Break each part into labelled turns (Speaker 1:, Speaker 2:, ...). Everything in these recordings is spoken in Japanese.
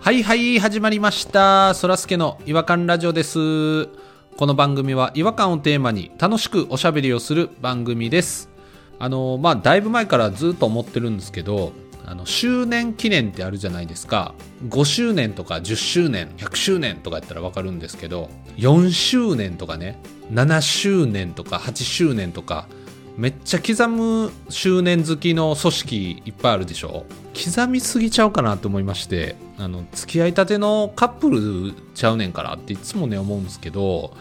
Speaker 1: はいはい、始まりました。そらすけの違和感ラジオです。この番組は違和感をテーマに楽しくおしゃべりをする番組です。あの、まあ、だいぶ前からずっと思ってるんですけど、あの、周年記念ってあるじゃないですか。5周年とか10周年、100周年とかやったらわかるんですけど、4周年とかね、7周年とか8周年とか、めっちゃ刻む周年好きの組織いっぱいあるでしょ刻みすぎちゃうかなと思いましてあの付き合いたてのカップルちゃうねんからっていつもね思うんですけど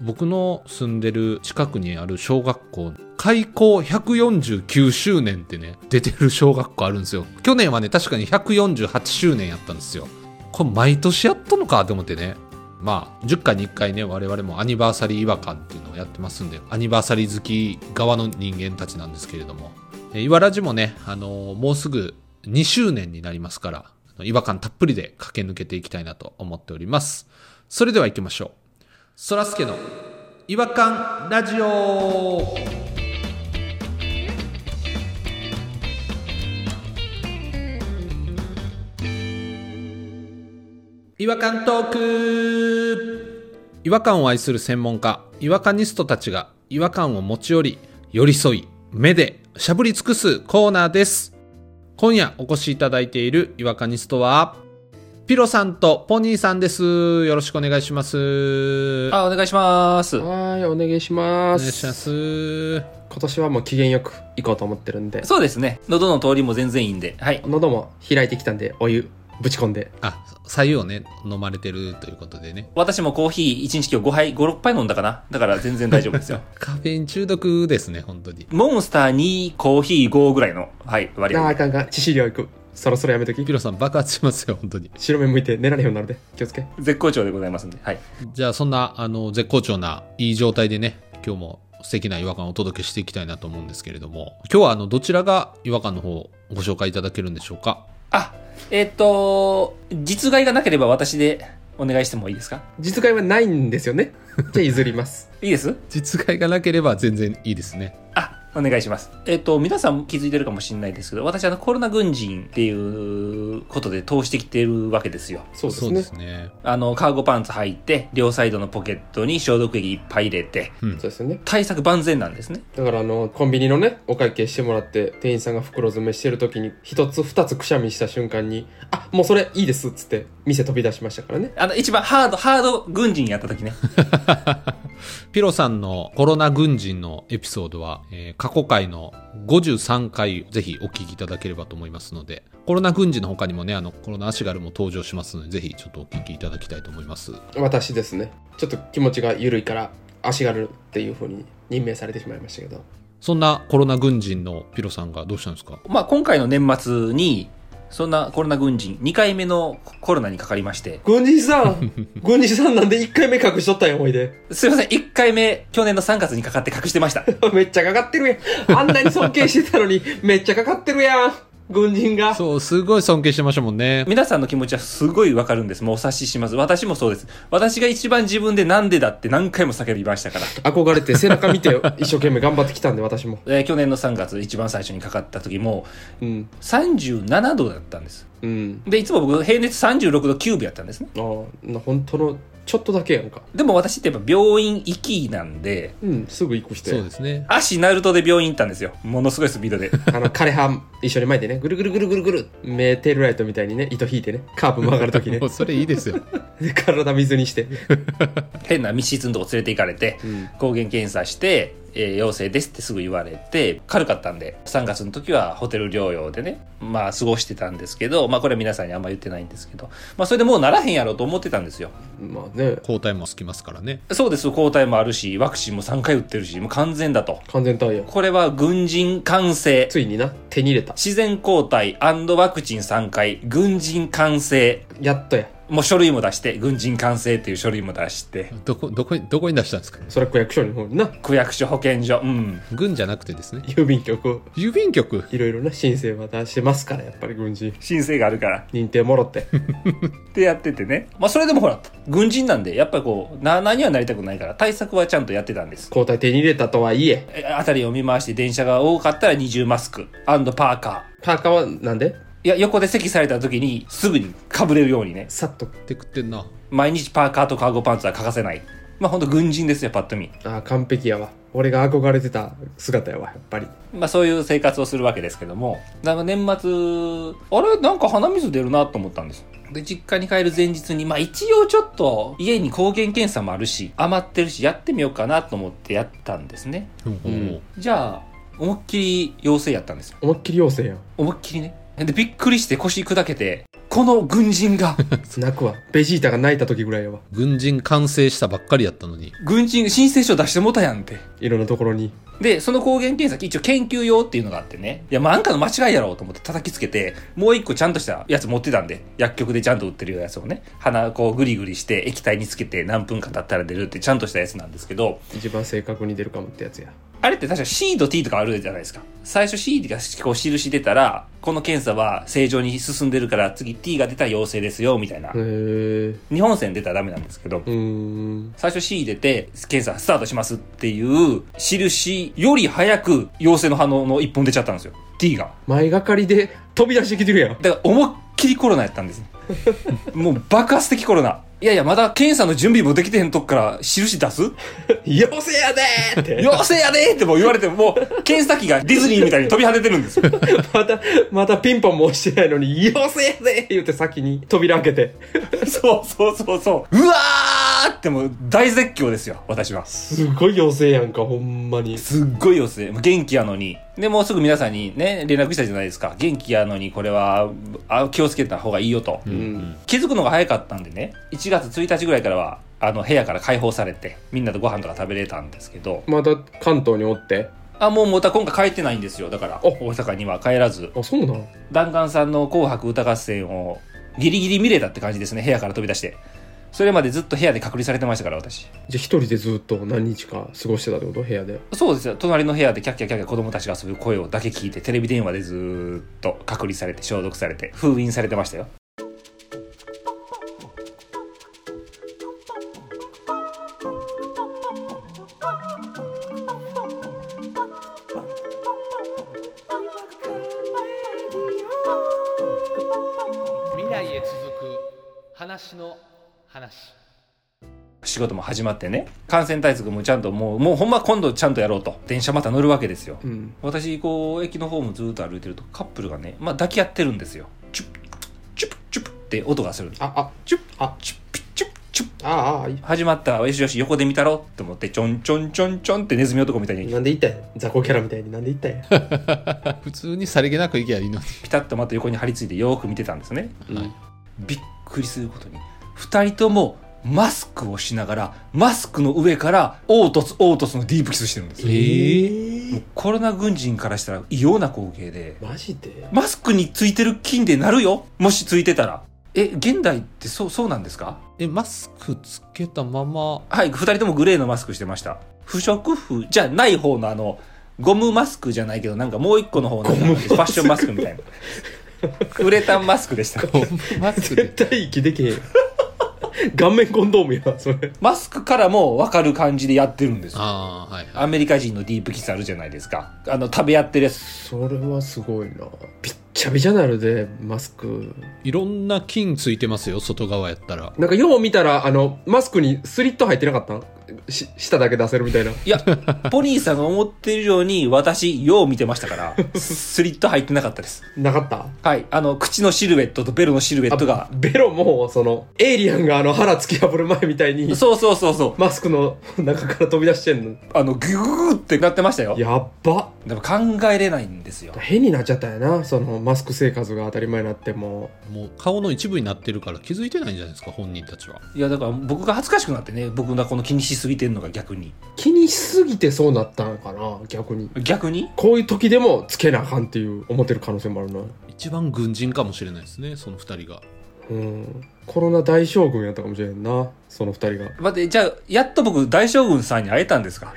Speaker 1: 僕の住んでる近くにある小学校開校149周年ってね出てる小学校あるんですよ去年はね確かに148周年やったんですよこれ毎年やったのかと思ってねまあ、10回に1回ね、我々もアニバーサリー違和感っていうのをやってますんで、アニバーサリー好き側の人間たちなんですけれども、えー、いわらじもね、あのーもうすぐ2周年になりますから、あの違和感たっぷりで駆け抜けていきたいなと思っております。それでは行きましょう。そらすけの違和感ラジオ違和感トーク違和感を愛する専門家違和感ニストたちが違和感を持ち寄り寄り添い目でしゃぶり尽くすコーナーです今夜お越しいただいている違和感ニストはピロさんとポニーさんですよろしくお願いします
Speaker 2: あ、お願いします。
Speaker 3: はーい、お願いし
Speaker 1: お
Speaker 3: ま。
Speaker 1: 願いしますす
Speaker 3: 今年はもう機嫌よく行こうと思ってるんで、
Speaker 2: そうですね。喉の通りも全然いいんで。はい。
Speaker 3: 喉も開いてきたんで、お湯ぶち込んで。
Speaker 1: あ左右をね飲まれてるということでね
Speaker 2: 私もコーヒー1日今日5杯、5、6杯飲んだかな。だから全然大丈夫です よ。
Speaker 1: カフェイン中毒ですね本当に
Speaker 2: モンスター2、コーヒー5ぐらいの、はい、割
Speaker 3: あー
Speaker 2: 合
Speaker 3: あ。かんが、致死量行く。そろそろやめとき
Speaker 1: ピ。ロさん爆発しますよ本当に
Speaker 3: 白目向いて寝られへんようになるで。気をつけ。
Speaker 2: 絶好調でございますんで。はい。
Speaker 1: じゃあそんなあの絶好調ないい状態でね今日も素敵な違和感をお届けしていきたいなと思うんですけれども今日はあのどちらが違和感の方をご紹介いただけるんでしょうか
Speaker 2: あ、えっ、と、実害がなければ私でお願いしてもいいですか
Speaker 3: 実害はないんですよ ね。じゃあ譲ります。
Speaker 2: いいです
Speaker 1: 実害がなければ全然いいですね
Speaker 2: あ、お願いします。えっ、と、皆さん気づいてるかもしれないですけど、私、あの、コロナ軍人っていうことで通してきてるわけですよ。
Speaker 3: そうです
Speaker 1: そう
Speaker 3: ね。
Speaker 1: で
Speaker 3: そ
Speaker 1: すね
Speaker 2: あの、カーゴパンツ履いて、両サイドのポケットに消毒液いっぱい入れて、
Speaker 1: うん
Speaker 3: うですよね。
Speaker 2: 対策万全なんですね。
Speaker 3: だからあの、コンビニのね、お会計してもらって、店員さんが袋詰めしてる時に、一つ二つくしゃみした瞬間に、あ、もうそれいいですっつって、店飛び出しましたからね。
Speaker 2: あの、一番ハード、ハード軍人やった時ね。
Speaker 1: ピロさんのコロナ軍人のエピソードは、えー過去回の53回ぜひお聞きいただければと思いますのでコロナ軍人の他にもねあのコロナ足軽も登場しますのでぜひちょっとお聞きいただきたいと思います
Speaker 3: 私ですね。ちょっと気持ちが緩いから、足軽っていう風に任命されてしまいましたけど。
Speaker 1: そんなコロナ軍人のピロさんがどうしたんですか
Speaker 2: まあ、今回の年末に、そんなコロナ軍人、2回目のコロナにかかりまして、
Speaker 3: 軍人さ ん軍人さんなんで1回目隠しとったんや思い出
Speaker 2: すいません、1回目、去年の3月にかかって隠してました。
Speaker 3: めっちゃかかってるやんあんなに尊敬してたのにめっちゃかかってるやん軍人が
Speaker 1: そうすごい尊敬してましたもんね
Speaker 2: 皆さんの気持ちはすごいわかるんです。もうお察しします。私もそうです。私が一番自分でなんでだって何回も叫びましたから。
Speaker 3: 憧れて背中見 て一生懸命頑張ってきたんで私も
Speaker 2: えー去年の3月、一番最初にかかった時も、
Speaker 3: うん
Speaker 2: 37度だったんです。
Speaker 3: うん
Speaker 2: で、いつも僕、平熱36度9分やったんですね。
Speaker 3: ああな本当のちょっとだけやんか
Speaker 2: でも私ってやっぱ病院行きなんで、
Speaker 3: うんすぐ行くして
Speaker 1: そうですね
Speaker 2: 足ナルトで病院行ったんですよ。ものすごいスピードで。
Speaker 3: あの枯葉一緒に巻いてねぐるぐるぐるぐるぐるメテルライトみたいにね糸引いてねカーブ曲がると きね
Speaker 1: もうそれいいですよ。
Speaker 3: で体水にして、
Speaker 2: 変な密室のとこ連れて行かれて、
Speaker 3: うん、
Speaker 2: 抗原検査して、えー陽性ですってすぐ言われて、軽かったんで、3月の時はホテル療養でね、まあ過ごしてたんですけど、まあこれは皆さんにあんま言ってないんですけど、まあそれでもうならへんやろうと思ってたんですよ。
Speaker 3: まあね
Speaker 1: 抗体もつきますからね。
Speaker 2: そうです、抗体もあるし、ワクチンも3回打ってるし、もう完全だと。
Speaker 3: 完全対応
Speaker 2: これは軍人完成。
Speaker 3: ついにな手に入れた
Speaker 2: 自然抗体ワクチン3回、軍人完成。
Speaker 3: やっとや
Speaker 2: もう書類も出して、軍人完成っていう書類も出して、
Speaker 1: どこ、どこに、どこに出したんですか
Speaker 3: それ区役所の方にな
Speaker 2: 区役所、保健所、うん。
Speaker 1: 軍じゃなくてですね。
Speaker 3: 郵便局
Speaker 1: 郵便局。
Speaker 3: いろいろな申請は出してますからやっぱり軍人
Speaker 2: 申請があるから。
Speaker 3: 認定もろって
Speaker 2: ってやっててね。まあ、それでもほら、軍人なんで、やっぱりこう、な、何はなりたくないから、対策はちゃんとやってたんです。
Speaker 3: 交代手に入れたとはいえ
Speaker 2: えあたりを見回して電車が多かったら二重マスクパーカ
Speaker 3: パーカーはなんで
Speaker 2: ー。いや横で席された時にすぐにかぶれるようにね
Speaker 3: さっと
Speaker 1: って食ってんな
Speaker 2: 毎日パーカーとカーゴパンツは欠かせないまあほんと軍人ですよパッと見、
Speaker 3: あー完璧やわ俺が憧れてた姿やわやっぱり
Speaker 2: まあ、そういう生活をするわけですけどもなんか年末あれなんか鼻水出るなと思ったんですで実家に帰る前日にまあ一応ちょっと家に抗原検査もあるし余ってるしやってみようかなと思ってやったんですね
Speaker 1: うん
Speaker 2: じゃあ思いっきり陽性やったんですよ
Speaker 3: 思いっきり妖精やん
Speaker 2: 思いっきりねでびっくりして腰砕けてこの軍人が
Speaker 3: 泣くわベジータが泣いた時ぐらいやわ
Speaker 1: 軍人完成したばっかりやったのに
Speaker 2: 軍人申請書出してもたやんって
Speaker 3: いろんなところに
Speaker 2: で、その抗原検査、一応研究用っていうのがあってね。いや、まあ、なんかの間違いやろうと思って叩きつけて、もう一個ちゃんとしたやつ持ってたんで、薬局でちゃんと売ってるやつをね、鼻こうグリグリして液体につけて何分か経ったら出るってちゃんとしたやつなんですけど、
Speaker 3: 一番正確に出るかもってやつや
Speaker 2: あれって確か C と T とかあるじゃないですか。最初 C がこう印出たら、この検査は正常に進んでるから次 T が出たら陽性ですよ、みたいな
Speaker 3: へえ。ー、
Speaker 2: 日本線出たらダメなんですけど
Speaker 3: う、ーん
Speaker 2: 最初 C 出て、検査スタートしますっていう、印より早く陽性の反応の一本出ちゃったん ですよ。T が。
Speaker 3: 前がかりで飛び出してきてるやん
Speaker 2: だから思いっきりコロナやったん です。もう爆発的コロナ。いやいや、まだ検査の準備もできてへんとこから印出 す
Speaker 3: 妖精やでーって
Speaker 2: 陽性やでーってもう言われても、もう検査機がディズニーみたいに飛び跳ねてるんですよ。
Speaker 3: またまたピンポンも押してないのに妖精やでー言って先に扉開けて
Speaker 2: そうそうそうそう。うわーってもう大絶叫ですよ、私は。
Speaker 3: すごい妖精やんかほんまに
Speaker 2: すっごい様子で、もう元気やのに。で、もうすぐ皆さんにね、連絡したじゃないですか。元気やのに、これは、あ気をつけた方がいいよと。
Speaker 3: うん
Speaker 2: 気づくのが早かったんでね、1月1日ぐらいからは、あの、部屋から解放されて、みんなとご飯とか食べれたんですけど、
Speaker 3: また関東におって
Speaker 2: あ、もうまた今回帰ってないんですよ。だから、
Speaker 3: お
Speaker 2: 大阪には帰らず、
Speaker 3: あそうなん
Speaker 2: 弾丸さんの紅白歌合戦を、ギリギリ見れたって感じですね、部屋から飛び出して。それまでずっと部屋で隔離されてましたから、私。
Speaker 3: じゃあ一人でずっと何日か過ごしてたってこと部屋で
Speaker 2: そうですよ隣の部屋でキャッキャキャッキャ子供たちが遊ぶ声をだけ聞いてテレビ電話でずーっと隔離されて消毒されて封印されてましたよ
Speaker 1: 未来へ続く話の話
Speaker 2: 仕事も始まってね感染対策もちゃんともうもうほんま今度ちゃんとやろうと電車また乗るわけですよ
Speaker 3: うん
Speaker 2: 私こう駅の方もずーっと歩いてるとカップルがね、まあ、抱き合ってるんですよチュッチュッチュッって音がするの
Speaker 3: ああ
Speaker 2: チュッ
Speaker 3: あ
Speaker 2: チュッピッチュッチュッ
Speaker 3: ああい
Speaker 2: 始まったよしよし横で見たろって思ってちょんちょんちょんちょんってネズミ男みたいに
Speaker 3: なんで言ったんや雑魚キャラみたいになんで言ったんや
Speaker 1: 普通にさりげなくいけばいいのに
Speaker 2: ピタッとまた横に張り付いてよーく見てたんですね
Speaker 3: うん
Speaker 2: びっくりすることに2人ともマスクをしながらマスクの上から凹凸凹凸のディープキスしてるんですよ
Speaker 1: え
Speaker 2: もうコロナ軍人からしたら異様な光景で
Speaker 3: マジで
Speaker 2: マスクについてる菌でなるよもしついてたらえ現代ってそうそうなんですか
Speaker 1: えマスクつけたまま
Speaker 2: はい2人ともグレーのマスクしてました不織布じゃない方のあのゴムマスクじゃないけどなんかもう一個の方のなんかファッションマスク みたいなウレタンマスクでした
Speaker 1: ゴムマスク で
Speaker 3: 絶対息できへん 顔面コンドームやそれ
Speaker 2: マスクからも分かる感じでやってるんですよ
Speaker 1: ああはい
Speaker 2: アメリカ人のディープキスあるじゃないですか。あの、食べ合ってるやつ。
Speaker 3: それはすごいなびっちゃびちゃなるでマスク
Speaker 1: いろんな菌ついてますよ外側やったら
Speaker 3: なんかよう見たらあのマスクにスリット入ってなかったし舌だけ出せるみたいない
Speaker 2: や、ポニーさんが思ってるように、私、よう見てましたから、スリット入ってなかったです。
Speaker 3: なかった
Speaker 2: はい。あの、口のシルエットとベロのシルエットが、
Speaker 3: ベロもそのエイリアンがあの腹突き破る前みたいに
Speaker 2: そうそうそうそう。
Speaker 3: マスクの中から飛び出してんの
Speaker 2: あの、ギューグーってなってましたよ。
Speaker 3: やっば
Speaker 2: でも考えれないんですよ。
Speaker 3: 変になっちゃったんやなそのマスク生活が当たり前になっても
Speaker 1: もう顔の一部になってるから気づいてないんじゃないですか本人たちはい
Speaker 2: や、だから僕が恥ずかしくなってね、僕がこの気にしすぎてんのが逆に。
Speaker 3: 気にしすぎてそうなったんかな逆に
Speaker 2: 逆に
Speaker 3: こういう時でもつけなあかんっていう思ってる可能性もあるな
Speaker 1: 一番軍人かもしれないですねその二人が
Speaker 3: うんコロナ大将軍やったかもしれんなその二人が
Speaker 2: 待って、じゃあ、やっと僕、大将軍さんに会えたんですか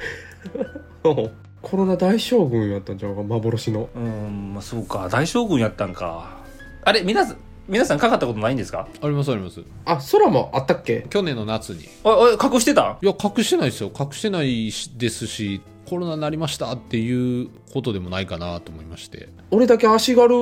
Speaker 3: コロナ大将軍やったんちゃうか幻の
Speaker 2: うーん、まあそうか。大将軍やったんか。あれ、皆さん、皆さんかかったことないんですか
Speaker 1: ありますあります
Speaker 3: あ空もあったっけ
Speaker 1: 去年の夏にい
Speaker 2: おいおい隠してた
Speaker 1: や隠してないですよ隠してないしですしコロナになりましたっていうことでもないかなと思いまして
Speaker 3: 俺だけ足軽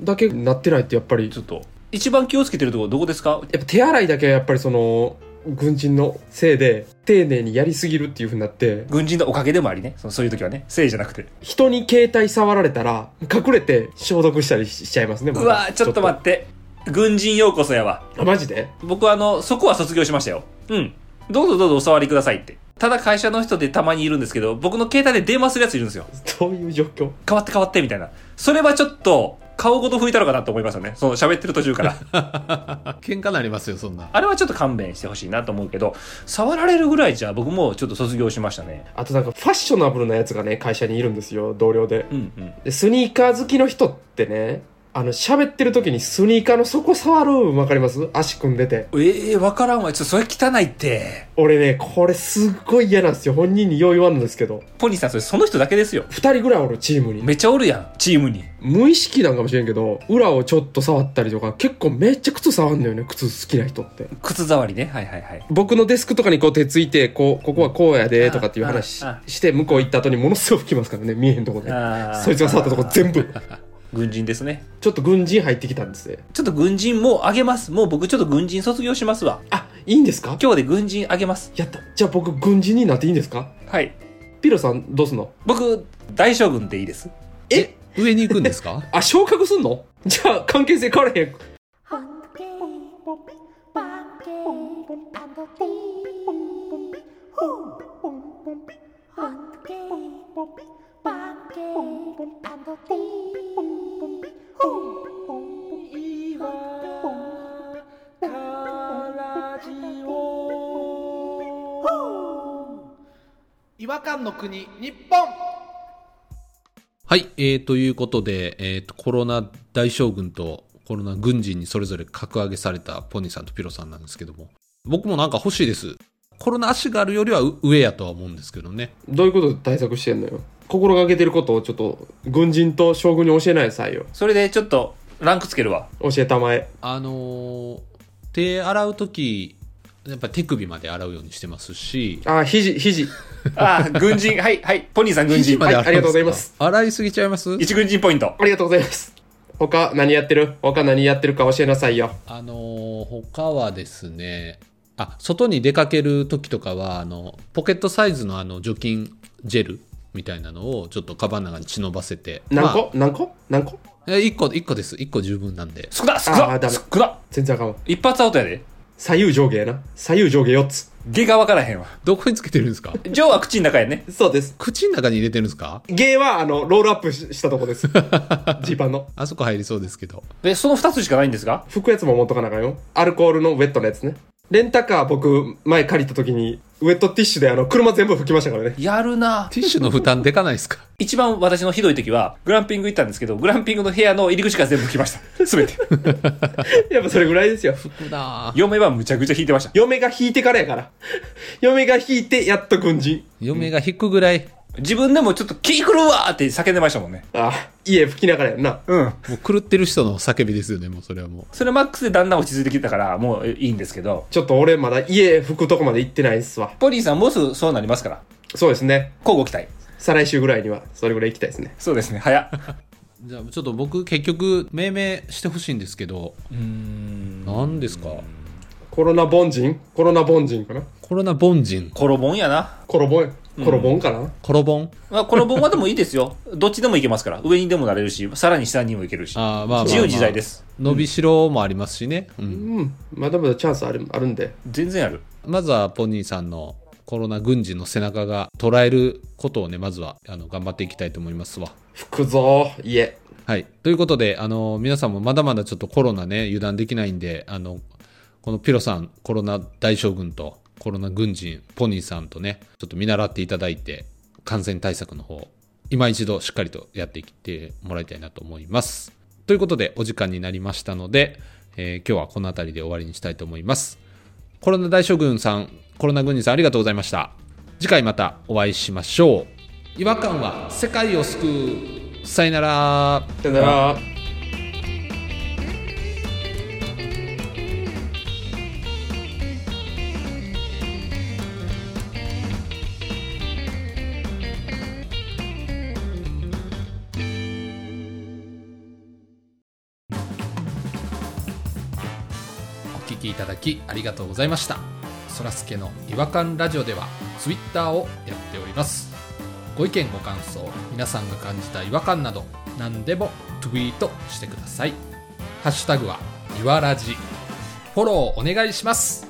Speaker 3: だけなってないってやっぱり
Speaker 2: ちょっと、一番気をつけてるところどこですか
Speaker 3: やっぱ手洗いだけはやっぱりその軍人のせいで丁寧にやりすぎるっていうふうになって
Speaker 2: 軍人のおかげでもありね。そのそういう時はね。せいじゃなくて。
Speaker 3: 人に携帯触られたら隠れて消毒したりしちゃいますね
Speaker 2: うわーちょっと待って。軍人ようこそやわ。
Speaker 3: ってマジで
Speaker 2: 僕はあの、そこは卒業しましたよ。うん。どうぞどうぞお触りくださいって。ただ会社の人でたまにいるんですけど、僕の携帯で電話するやついるんですよ。
Speaker 3: どういう状況
Speaker 2: 変わって変わってみたいな。それはちょっと、顔ごと拭いたのかなと思いますよね。その喋ってる途中から。
Speaker 1: 喧嘩になりますよそんな
Speaker 2: あれはちょっと勘弁してほしいなと思うけど、触られるぐらいじゃ僕もちょっと卒業しましたね。
Speaker 3: あとなんかファッショナブルなやつがね会社にいるんですよ同僚で
Speaker 2: うんうん。
Speaker 3: でスニーカー好きの人ってねあの喋ってる時にスニーカーの底触るわかります足組んでて
Speaker 2: ええわからんわ。ちょっとそれ汚いって。
Speaker 3: 俺ねこれすっごい嫌なんですよ本人によう言わんのですけど
Speaker 2: ポニーさん、それその人だけですよ。
Speaker 3: 2人ぐらいおるチームに
Speaker 2: めっちゃおるやん、チームに。
Speaker 3: 無意識なんかもしれんけど裏をちょっと触ったりとか結構めっちゃ靴触んだよね靴好きな人って
Speaker 2: 靴触りね。はいはいはい。
Speaker 3: 僕のデスクとかにこう手ついてこうここはこうやでとかっていう話し
Speaker 2: ああ
Speaker 3: して向こう行った後にものすごい吹きますからね見えへんとこで
Speaker 2: あー
Speaker 3: そいつが触ったとこ全部
Speaker 2: 軍人ですね。
Speaker 3: ちょっと軍人入ってきたんですね
Speaker 2: ちょっと軍人もうあげます。もう僕ちょっと軍人卒業しますわ。
Speaker 3: あいいんですか
Speaker 2: 今日で軍人あげます。
Speaker 3: やったじゃあ僕軍人になっていいんですか
Speaker 2: はい。
Speaker 3: ピロさんどうすんの
Speaker 2: 僕、大将軍でいいです。
Speaker 3: え
Speaker 1: 上に行くんですか
Speaker 3: あ昇格すんのじゃあ関係性変われへん
Speaker 4: Hunky,
Speaker 5: 違和感の国日本
Speaker 1: はい、えー、ということで、えーとコロナ大将軍とコロナ軍人にそれぞれ格上げされたポニーさんとピロさんなんですけども僕もなんか欲しいですコロナ足があるよりはう上やとは思うんですけどね
Speaker 3: どういうことで対策してんのよ心がけてることをちょっと軍人と将軍に教えないでさいよ
Speaker 2: それでちょっと、ランクつけるわ。
Speaker 3: 教えたまえ
Speaker 1: あのー手洗う時やっぱ手首まで洗うようにしてますし
Speaker 3: あ肘肘
Speaker 2: ああ、軍人。はいはい。ポニーさん軍人。
Speaker 3: で
Speaker 2: はい
Speaker 3: ありがとうございます
Speaker 1: 洗いすぎちゃいます
Speaker 2: 一軍人ポイント。
Speaker 3: ありがとうございます他何やってる他何やってるか教えなさいよ
Speaker 1: あのー他はですね、あ、外に出かける時とかは、あの、ポケットサイズのあの、除菌ジェルみたいなのを、ちょっとカバンの中に忍ばせて。
Speaker 3: 何
Speaker 1: ま
Speaker 3: 個何個何個
Speaker 1: あ、え一個、一個です。一個十分なんで。
Speaker 2: 少な少
Speaker 3: あーダ
Speaker 2: な
Speaker 3: メ
Speaker 2: 少な
Speaker 3: 全然あかんわ
Speaker 2: 一発アウトやで。
Speaker 3: 左右上下やな左右上下4つ
Speaker 2: 下が分からへんわ。
Speaker 1: どこにつけてるん ですか
Speaker 2: 上は口の中やね。
Speaker 3: そうです
Speaker 1: 口の中に入れてるんですか
Speaker 3: 芸はあのロールアップししたとこです ジーパンの
Speaker 1: あそこ入りそうですけど。
Speaker 2: で、その二つしかないんですが
Speaker 3: 拭くやつも持っとかなあかんよアルコールのウェットのやつねレンタカー僕前借りた時にウェットティッシュであの車全部拭きましたからね
Speaker 2: やるな
Speaker 1: ティッシュの負担でかないですか
Speaker 2: 一番私のひどい時は、グランピング行ったんですけど、グランピングの部屋の入り口から全部来ました。すべて。
Speaker 3: やっぱそれぐらいですよ
Speaker 1: な
Speaker 2: 嫁はむちゃくちゃ引いてました。
Speaker 3: 嫁が引いてからやから嫁が引いてやっと軍人
Speaker 1: 嫁が引くぐらい、
Speaker 2: 自分でもちょっと気狂うわーって叫んでましたもんね。
Speaker 3: あ家拭きながらやんな
Speaker 2: うん。
Speaker 1: もう狂ってる人の叫びですよね、もうそれはもう。
Speaker 2: それマックスでだんだん落ち着いてきたから、もういいんですけど。
Speaker 3: ちょっと俺まだ家拭くとこまで行ってないっすわ
Speaker 2: ポリーさんもうすぐそうなりますから。
Speaker 3: そうですね
Speaker 2: 交互期待。
Speaker 3: 再来週ぐらいにはそれぐらい行きたいですね
Speaker 2: そうですね。早っ。
Speaker 1: じゃあ、ちょっと僕、結局、命名してほしいんですけど、何ですか
Speaker 3: コロナ凡人コロナ凡人かな
Speaker 1: コロナ凡人、
Speaker 2: コロボンやな。
Speaker 3: コロボンコロボンかな、
Speaker 1: コロボン
Speaker 2: まあ、コロボンはでもいいですよ。どっちでもいけますから。上にでもなれるし、さらに下にもいけるし。
Speaker 1: あーまあまあまあ
Speaker 2: 自由自在です。
Speaker 1: 伸びしろもありますしね、うん
Speaker 3: うんまだまだチャンスあるあるんで
Speaker 2: 全然ある。
Speaker 1: まずはポニーさんのコロナ軍人の背中が捉えることをねまずはあの頑張っていきたいと思いますわ。
Speaker 3: 拭くぞ家
Speaker 1: はい、ということであの皆さんもまだまだちょっとコロナね油断できないんであのこのピロさんコロナ大将軍とコロナ軍人ポニーさんとねちょっと見習っていただいて感染対策の方今一度しっかりとやっていってもらいたいなと思います。ということでお時間になりましたので、えー今日はこの辺りで終わりにしたいと思います。コロナ大将軍さん、コロナ軍人さんありがとうございました。次回またお会いしましょう。違和感は世界を救う。さよなら。
Speaker 3: さよなら
Speaker 1: 聞きいただきありがとうございましたそらすけの違和感ラジオではツイッターをやっておりますご意見ご感想皆さんが感じた違和感など何でもツイートしてくださいハッシュタグは、いわらじ。フォローお願いします。